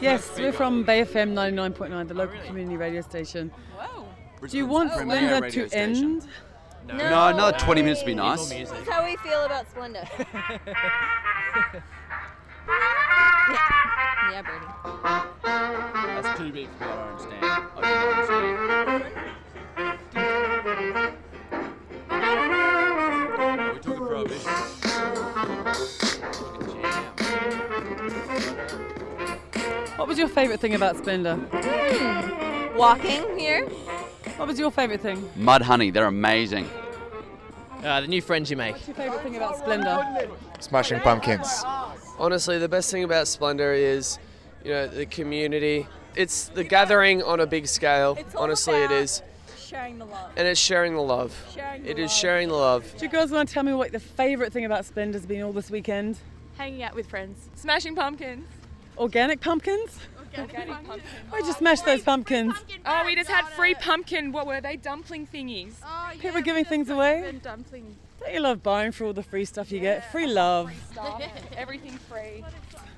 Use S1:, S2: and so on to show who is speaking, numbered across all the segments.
S1: Yes, we're from Bay FM 99.9, the local community radio station.
S2: Whoa.
S1: Do you
S3: Oh,
S1: want
S2: Oh, Premier
S1: Splendor
S4: radio
S1: to
S4: station.
S1: end?
S4: No,
S5: No
S4: Uh, no, another 20 minutes would be
S5: way.
S4: nice.
S3: Evil uh, music.
S5: That's how we feel about Splenda.
S2: Yeah, Brady.
S3: That's too big for what I understand.
S4: I don't understand.
S3: We're talking prohibition. Jam.
S1: What was your favourite thing about Splendor?
S5: Walking here.
S1: What was your favourite thing?
S4: Mud honey, they're amazing.
S3: Uh, the new friends you make.
S1: What's your favourite thing about Splendor?
S6: Smashing Pumpkins.
S7: Honestly, the best thing about Splendor is, you know, the community. It's the gathering on a big scale.
S8: It's all
S7: Honestly, it
S8: about
S7: is,
S8: sharing the love.
S7: and it's sharing the love.
S8: Sharing the
S7: It is
S8: love.
S7: sharing the love.
S1: Do you girls want to tell me what the favourite thing about Splendor's been all this weekend?
S2: Hanging out with friends. Smashing pumpkins.
S1: Organic pumpkins? I just smashed those pumpkins.
S2: Oh, we just had free pumpkin. What were they? Dumpling thingies.
S1: People giving things away. Don't you love buying for all the free stuff you get? Free love.
S2: Everything free.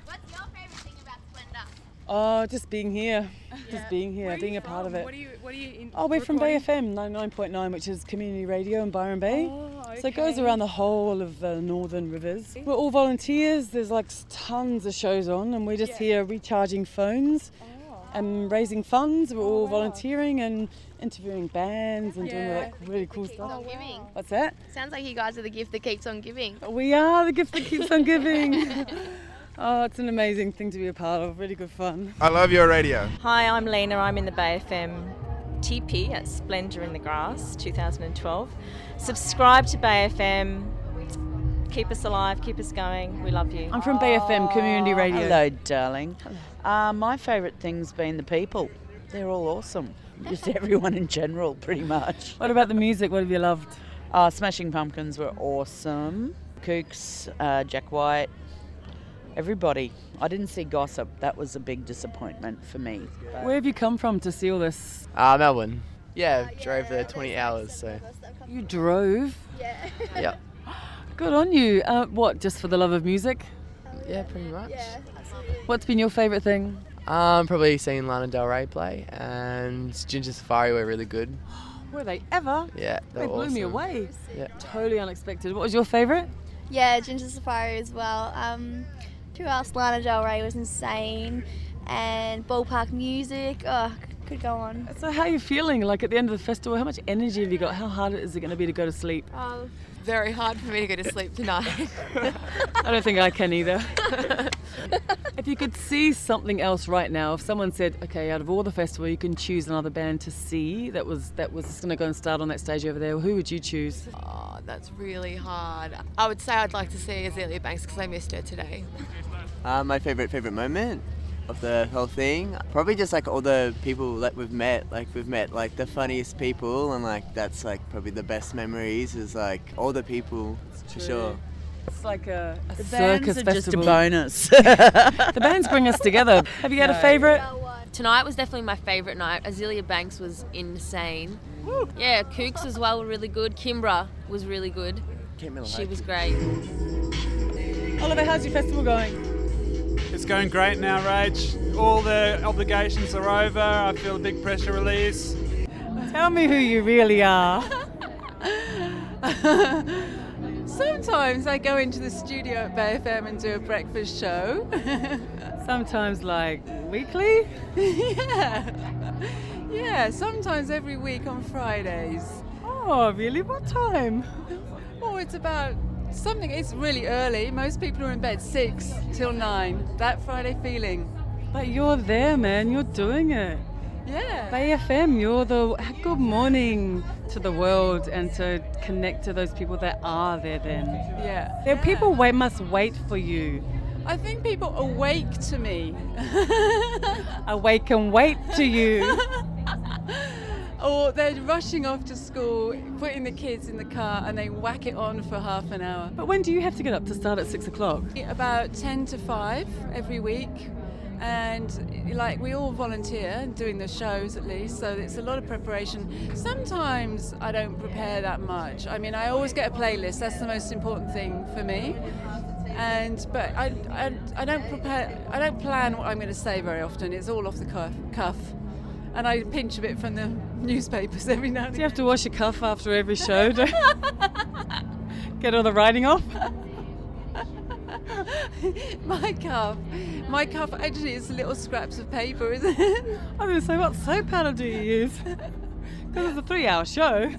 S9: What's your favorite thing about Splendor?
S1: Oh, just being here. Just being here, being a part of
S2: What
S1: it.
S2: are you? What are you in?
S1: Oh, we're from Bay
S2: recording?
S1: FM 99.9, which is community radio in Byron Bay.
S2: Oh,
S1: So it goes
S2: okay.
S1: around the whole of the northern rivers. We're all volunteers, there's like s- tons of shows on, and we're just here recharging phones
S2: Oh.
S1: and raising funds. We're all volunteering and interviewing bands and doing all that really cool
S9: Keeps on
S1: stuff.
S9: giving.
S1: What's that?
S9: Sounds like you guys are the gift that keeps on giving.
S1: We are the gift that keeps on giving. oh, it's an amazing thing to be a part of, really good fun.
S6: I love your radio.
S10: Hi, I'm Lena. I'm in the Bay FM TP at Splendor in the Grass 2012. Subscribe to Bay FM. Keep us alive, keep us going. We love you.
S1: I'm from Bay FM Community Radio.
S11: Oh, Hello, darling. Uh, my favourite thing's been the people. They're all awesome. Just everyone in general, pretty much.
S1: What about the music? What have you loved?
S11: Uh, Smashing Pumpkins were awesome. Kooks, uh, Jack White, everybody. I didn't see Gossip. That was a big disappointment for me.
S1: Where have you come from to see all this?
S3: Uh, Melbourne. Yeah, drove there 20 hours, so.
S1: You drove.
S9: Yeah.
S3: Yeah.
S1: Good on you. Uh, what, just for the love of music?
S3: Yeah, pretty much.
S1: What's been your favourite thing?
S3: Um, probably seen Lana Del Rey play, and Ginger Safari were really good.
S1: Were they ever?
S3: Yeah,
S1: They blew me away.
S3: Yeah.
S1: Totally unexpected. What was your favourite?
S9: Yeah, Ginger Safari as well. Um, who else? Lana Del Rey was insane. And ballpark music. Oh, could go on.
S1: So how are you feeling? Like at the end of the festival, how much energy have you got? How hard is it going to be to go to sleep?
S2: Um, Very hard for me to go to sleep tonight.
S1: I don't think I can either. if you could see something else right now, if someone said, "Okay, out of all the festival, you can choose another band to see that was that was just going to go and start on that stage over there," who would you choose?
S2: oh, that's really hard. I would say I'd like to see Azealia Banks because I missed her today.
S12: Uh, my favorite favorite moment of the whole thing, probably just like all the people that we've met. Like we've met like the funniest people, and like that's like probably the best memories is like all the people for sure.
S1: It's like a, a
S11: The
S1: circus
S11: bands are just a
S1: festival.
S11: bonus.
S1: the bands bring us together. Have you got a favourite?
S2: Tonight was definitely my favourite night. Azealia Banks was insane. Yeah, Kooks as well were really good. Kimbra was really good. She was great.
S1: Oliver, how's your festival going?
S13: It's going great now, Rach. All the obligations are over. I feel a big pressure release.
S1: Tell me who you really are.
S2: Sometimes I go into the studio at Bay FM and do a breakfast show.
S1: Sometimes like weekly.
S2: yeah. Yeah, sometimes every week on Fridays.
S1: Oh, really? What time?
S2: Oh, it's about something, it's really early. Most people are in bed six till nine. That Friday feeling.
S1: But you're there, man. You're doing it.
S2: Yeah.
S1: Bay FM, you're the uh, good morning to the world and to connect to those people that are there then.
S2: Yeah.
S1: There people wait, must wait for you.
S2: I think people awake to me.
S1: Awake and wait to you.
S2: or Oh, they're rushing off to school, putting the kids in the car, and they whack it on for half an hour.
S1: but when do you have to get up to start at six o'clock?
S2: About 10 to 5 every week. And like we all volunteer doing the shows at least, so it's a lot of preparation. Sometimes I don't prepare that much. I mean, I always get a playlist, that's the most important thing for me.
S14: And but I, I, I don't prepare. I don't plan what I'm going to say very often. It's all off the cuff. cuff. And I pinch a bit from the newspapers every now and
S1: Do you have to wash your cuff after every show? to Get all the writing off?
S14: My cuff, my cuff actually is little scraps of paper, isn't it?
S1: I'm going to say, what soap powder do you use? Because it's a three hour show.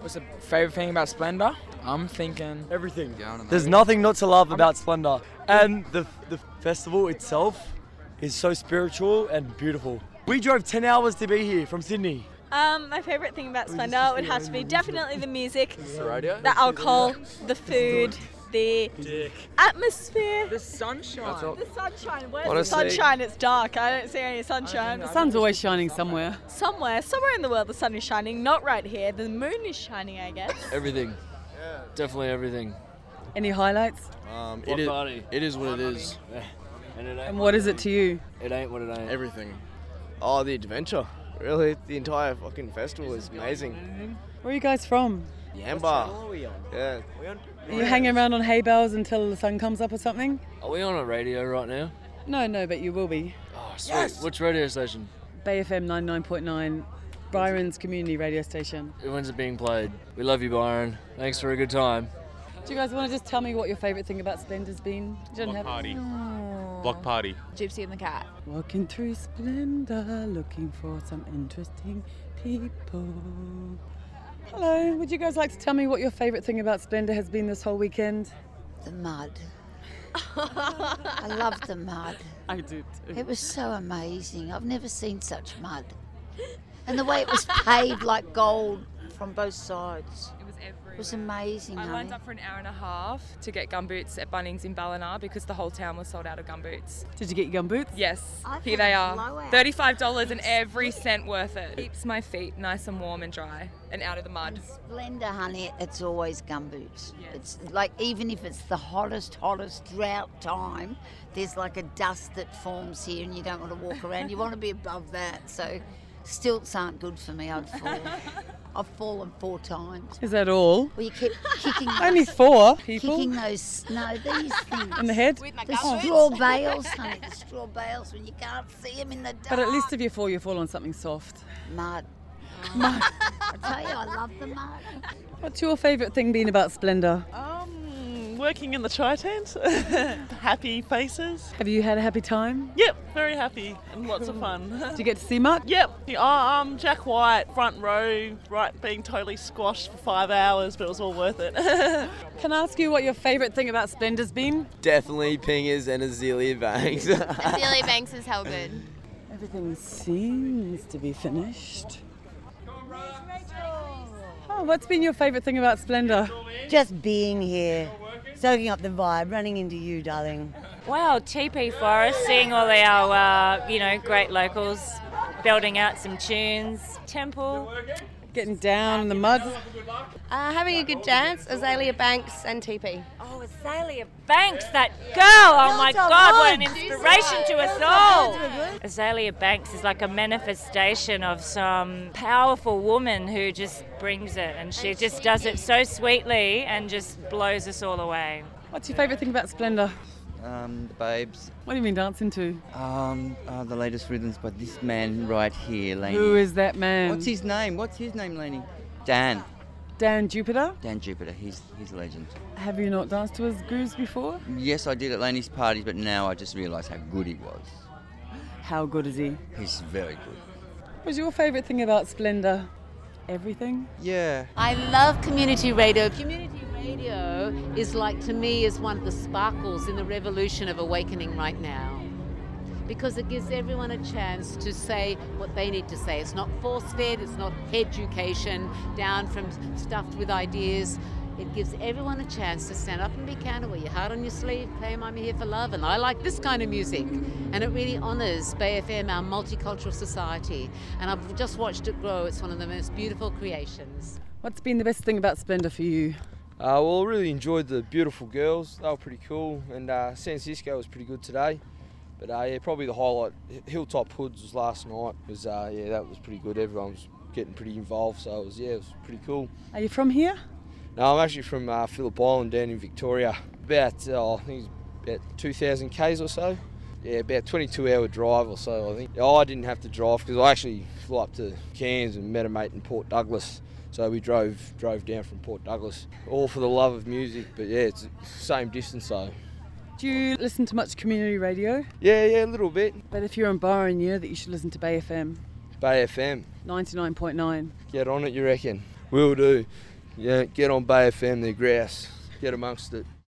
S8: What's the favorite thing about Splendor? I'm thinking everything.
S15: There's nothing not to love about Splendor. And the, the festival itself is so spiritual and beautiful. We drove 10 hours to be here from Sydney.
S10: Um, my favorite thing about Splendor would have to be definitely the music,
S15: the radio?
S10: the alcohol, the food, the atmosphere, the
S8: sunshine.
S10: The sunshine. Where's
S1: Honestly-
S10: the sunshine? It's dark. I don't see any sunshine.
S1: The sun's always shining somewhere.
S10: Somewhere, somewhere in the world, the sun is shining. Not right here. The moon is shining, I guess.
S16: Everything. Definitely everything.
S1: Any highlights?
S16: Um,
S1: Block
S16: it, is,
S1: party.
S16: it is what it is. And, it ain't
S1: And what is it to you?
S16: It ain't what it ain't.
S17: Everything. Oh, the adventure. Really, the entire fucking festival is amazing.
S1: Where are you guys from?
S17: Yamba. Yeah.
S1: Are you hanging around on hay bales until the sun comes up or something?
S16: Are we on a radio right now?
S1: No, no, but you will be.
S16: Oh, sweet. Which radio station?
S1: Bay FM 99.9, Byron's community radio station.
S16: When's it being played? We love you, Byron. Thanks for a good time.
S1: Do you guys want to just tell me what your favourite thing about Splendor's been? You don't have
S18: party. Block party.
S5: Gypsy and the cat.
S1: Walking through Splendor, looking for some interesting people. Hello, would you guys like to tell me what your favourite thing about Splendor has been this whole weekend?
S19: The mud. I love the mud.
S1: I do too.
S19: It was so amazing. I've never seen such mud. And the way it was paved like gold from both sides. It was everywhere. It was amazing.
S20: I lined
S19: honey.
S20: up for an hour and a half to get gumboots at Bunnings in Ballina because the whole town was sold out of gumboots.
S1: Did you get your gumboots?
S20: Yes,
S19: I
S20: here
S19: found
S20: they
S19: a
S20: are.
S19: blowout.
S20: Thirty-five dollars and every cent worth it. Keeps my feet nice and warm and dry and out of the mud.
S19: Splendor, honey, it's always gumboots. It's like, even if it's the hottest, hottest drought time, there's like a dust that forms here and you don't want to walk around. You want to be above that. So, stilts aren't good for me. I'd fall. I've fallen four times.
S1: Is that all?
S19: Well, you keep kicking.
S1: Only four people?
S19: Kicking those, no, these things.
S1: In the head? Oh, With my
S19: The
S1: gumboots.
S19: straw bales, honey, the straw bales when you can't see them in the dark.
S1: But at least if you fall, you fall on something soft.
S19: Mud.
S1: Mud.
S19: I tell you, I love the mud.
S1: What's your favourite thing been about Splendor?
S21: Um, working in the tri tent. happy faces.
S1: Have you had a happy time?
S21: Yep, very happy and lots of fun.
S1: Did you get to see much?
S21: Yep. Oh, um, Jack White, front row, right, being totally squashed for five hours, but it was all worth it.
S1: Can I ask you what your favourite thing about Splendor's been?
S17: Definitely pingers and Azealia Banks.
S5: Azealia Banks is hell good.
S1: Everything seems to be finished. Oh, what's been your favourite thing about Splendor?
S22: Just being here, soaking up the vibe, running into you, darling.
S23: Wow, TP Oh, Forest, seeing all our uh, you know great locals building out some tunes. Temple.
S1: Getting down in the mud.
S24: Uh, having a good dance, Azalea Banks and TP. Oh, Azalea
S23: Banks, that girl! Oh my
S24: Built a
S23: God, what an
S24: lodge.
S23: inspiration to us
S24: Built a
S23: all!
S24: lodge.
S23: Azalea Banks is like a manifestation of some powerful woman who just brings it, and she just does it so sweetly and just blows us all away.
S1: What's your favourite thing about Splendor?
S4: Um, the babes.
S1: What have you been dancing to?
S4: Um, uh, the latest rhythms by this man right here, Laney.
S1: Who is that man?
S4: What's his name? What's his name, Laney? Dan.
S1: Dan Jupiter.
S4: Dan Jupiter. He's he's a legend.
S1: Have you not danced to his grooves before?
S4: Yes, I did at Laney's parties, but now I just realise how good he was.
S1: How good is he?
S4: He's very good.
S1: What's your favourite thing about Splendor? Everything?
S4: Yeah.
S12: Uh,
S2: I love community radio. Community radio is like, to me, is one of the sparkles in the revolution of awakening right now. Because it gives everyone a chance to say what they need to say. It's not force fed, it's not education down from stuffed with ideas. It gives everyone a chance to stand up and be candid, wear your heart on your sleeve, claim I'm here for love, and I like this kind of music. And it really honours Bay FM, our multicultural society. And I've just watched it grow. It's one of the most beautiful creations.
S1: What's been the best thing about Splendor for you?
S12: Uh, well, I really enjoyed the beautiful girls. They were pretty cool, and uh, San Francisco was pretty good today. But uh, yeah, probably the highlight, H- Hilltop Hoods was last night. Was uh, yeah, that was pretty good. Everyone was getting pretty involved, so it was yeah, it was pretty cool.
S1: Are you from here?
S12: No, No, I'm actually from uh, Phillip Island down in Victoria. About uh, I think it's about 2,000 k's or so. Yeah, about 22 hour drive or so. I think Yeah, I didn't have to drive because I actually flew up to Cairns and met a mate in Port Douglas. So we drove drove down from Port Douglas, all for the love of music. But yeah, it's the same distance though.
S1: Do you listen to much community radio?
S12: Yeah, yeah, a little bit.
S1: But if you're in Byron, you know that you should listen to Bay FM
S12: Bay FM,
S1: 99.9.
S12: get on it, you reckon? Will do. Yeah, get on Bay FM, their grouse. Get amongst it.